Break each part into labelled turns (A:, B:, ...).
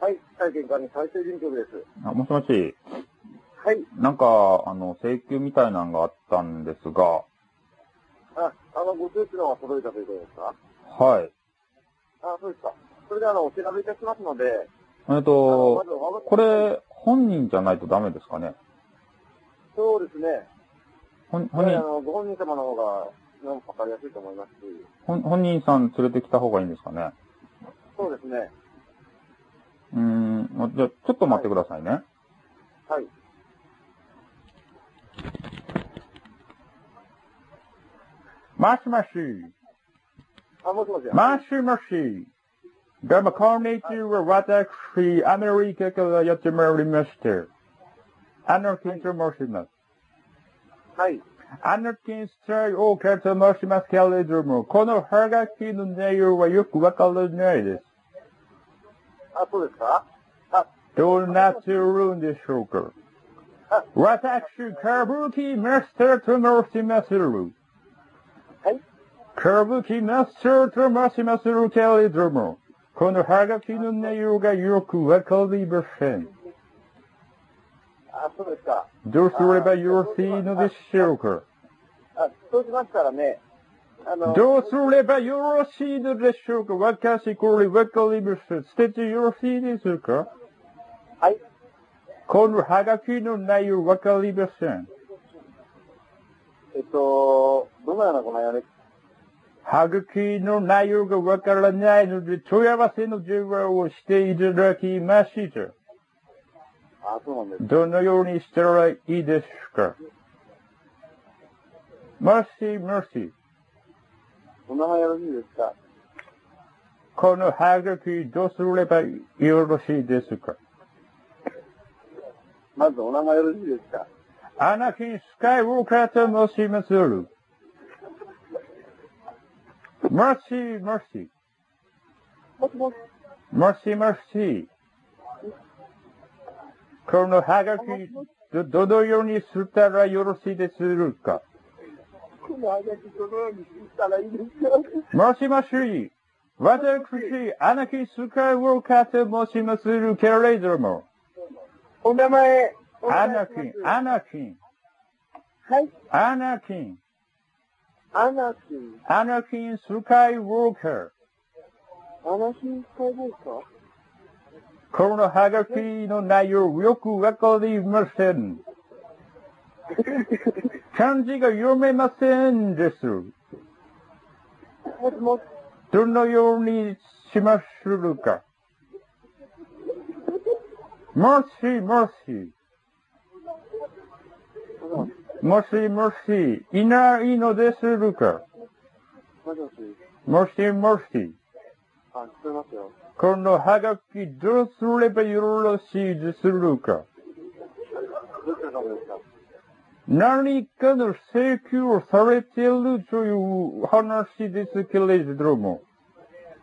A: はい、体験管理再生事務局です。
B: あもしもし、
A: はい、
B: なんか、あの、請求みたいなのがあったんですが、
A: あ、あの、ご通知の方が届いたということですか
B: はい。
A: あ、そうですか。それで、あの、お調べいたしますので、
B: えっ
A: あの
B: と
A: ま、ずお話
B: こ
A: はい
B: れ、本人じゃないとダメですかね
A: そうですね。
B: 本
A: やは
B: 本
A: りあ
B: 人、
A: の、ご本人様の方が、なんかわかりやすいと思いますし、
B: 本本人さん連れてきた方がいいんですかね
A: そうですね。
B: うーん、あじゃあ、ちょっと待ってくださいね。
A: はい。
B: もしもし、
A: あ、もしもし。
B: もしもし、どうも、こんにちは。私、アメリカからやってまいりました。あの、緊張申します。
A: はい。
B: あの金星をかと申しますけれども、このハガキの内容はよくわからないです。
A: あ、そうですかあ、
B: どうなっているんでしょうか私、歌舞伎マスターと申しまする。
A: はい。
B: 歌舞伎マスターと申しまするけれども、このハガキの内容がよくわかりません。
A: あ、そうですか。
B: どうすればよろしいのでしょうか
A: あ、そうしましたらね、あの、
B: どうすればよろしいのでしょうか私、これわかりません。捨ててよろしいでしょうか
A: はい。
B: このハガキの内容わかりません。
A: えっと、どのようなご内容です
B: ハガキの内容がわからないので、問い合わせの電話をしていただきました。
A: あ、そうなんです。
B: どのようにしたらいいですかもしもし、
A: お名前よろしいですか
B: このハガキどうすればよろしいですか
A: まずお名前よろしいですか
B: アナキン・スカイウォーカーと申しまする。もしもし、
A: もしもし。
B: もしもし。このハガキ、ど、どのようにしたらよろしいですか
A: この話どのようにしたらいいですか
B: もしもし、私、アナキン・スカイウォーカーと申しまするけれども、
A: お名前、お
B: ア
A: 願いしま
B: ナ
A: す
B: キン、アナキン、
A: はい。
B: アナキン、
A: アナキン、
B: アナキン・スカイウォーカー。
A: アナキン使いですか
B: このハガキの内容よくわかりません。漢字が読めませんです。
A: もしもし。
B: どのようにしまするか。もしもし、
A: もし
B: もしもし、いないのでするか。
A: もし。もしもし。
B: もしもし、
A: あ、聞こえますよ。
B: このハガキどうすればよろしいでするか。
A: どちら様ですか
B: 何かの請求をされているという話ですけれども。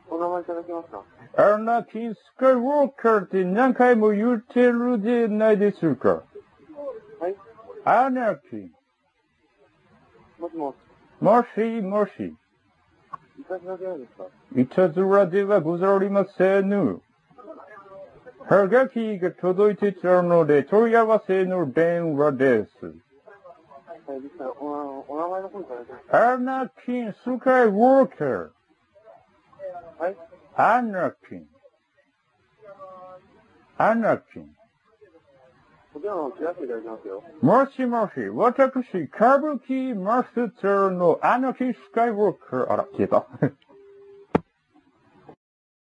A: お名前いただけますか
B: アナキン・スカイウォーカーって何回も言ってるでないですか。
A: はい。
B: アナキン、
A: もしも
B: もしもし、
A: し。いただけないですか
B: いたずらではござりませぬ。はがきが届いてたので、問い合わせの電話です。
A: はい、でしたらおお名前の方いただけます
B: アナキン・スカイウォーカ
A: かはい。
B: ー、アナキン、アナキン。
A: お電話を切らせていただきますよ。
B: もしもし、私、歌舞伎マスターのアナキン・スカイウォーカー、あら、消えた。